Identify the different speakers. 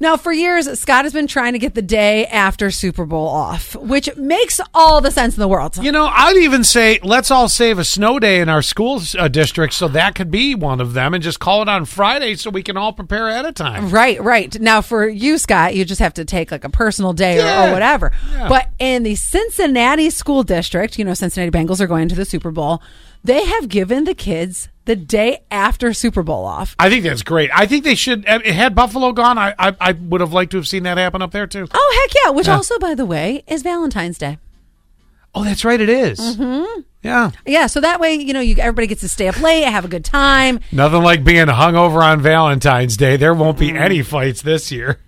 Speaker 1: Now, for years, Scott has been trying to get the day after Super Bowl off, which makes all the sense in the world.
Speaker 2: You know, I'd even say let's all save a snow day in our school uh, district, so that could be one of them, and just call it on Friday so we can all prepare ahead of time.
Speaker 1: Right, right. Now, for you, Scott, you just have to take like a personal day or,
Speaker 2: Yeah.
Speaker 1: or whatever.
Speaker 2: Yeah.
Speaker 1: But in the Cincinnati school district, you know, Cincinnati Bengals are going to the Super Bowl. They have given the kids the day after Super Bowl off.
Speaker 2: I think that's great. I think they should. uh, Had Buffalo gone, I I, I would have liked to have seen that happen up there too.
Speaker 1: Oh, heck yeah. Which also, by the way, is Valentine's Day.
Speaker 2: Oh, that's right. It Mm-hmm. Yeah.
Speaker 1: Yeah, so that way, you know, you everybody gets to stay up late, have a good time.
Speaker 2: Nothing like being hungover on Valentine's Day. There won't be any fights this year.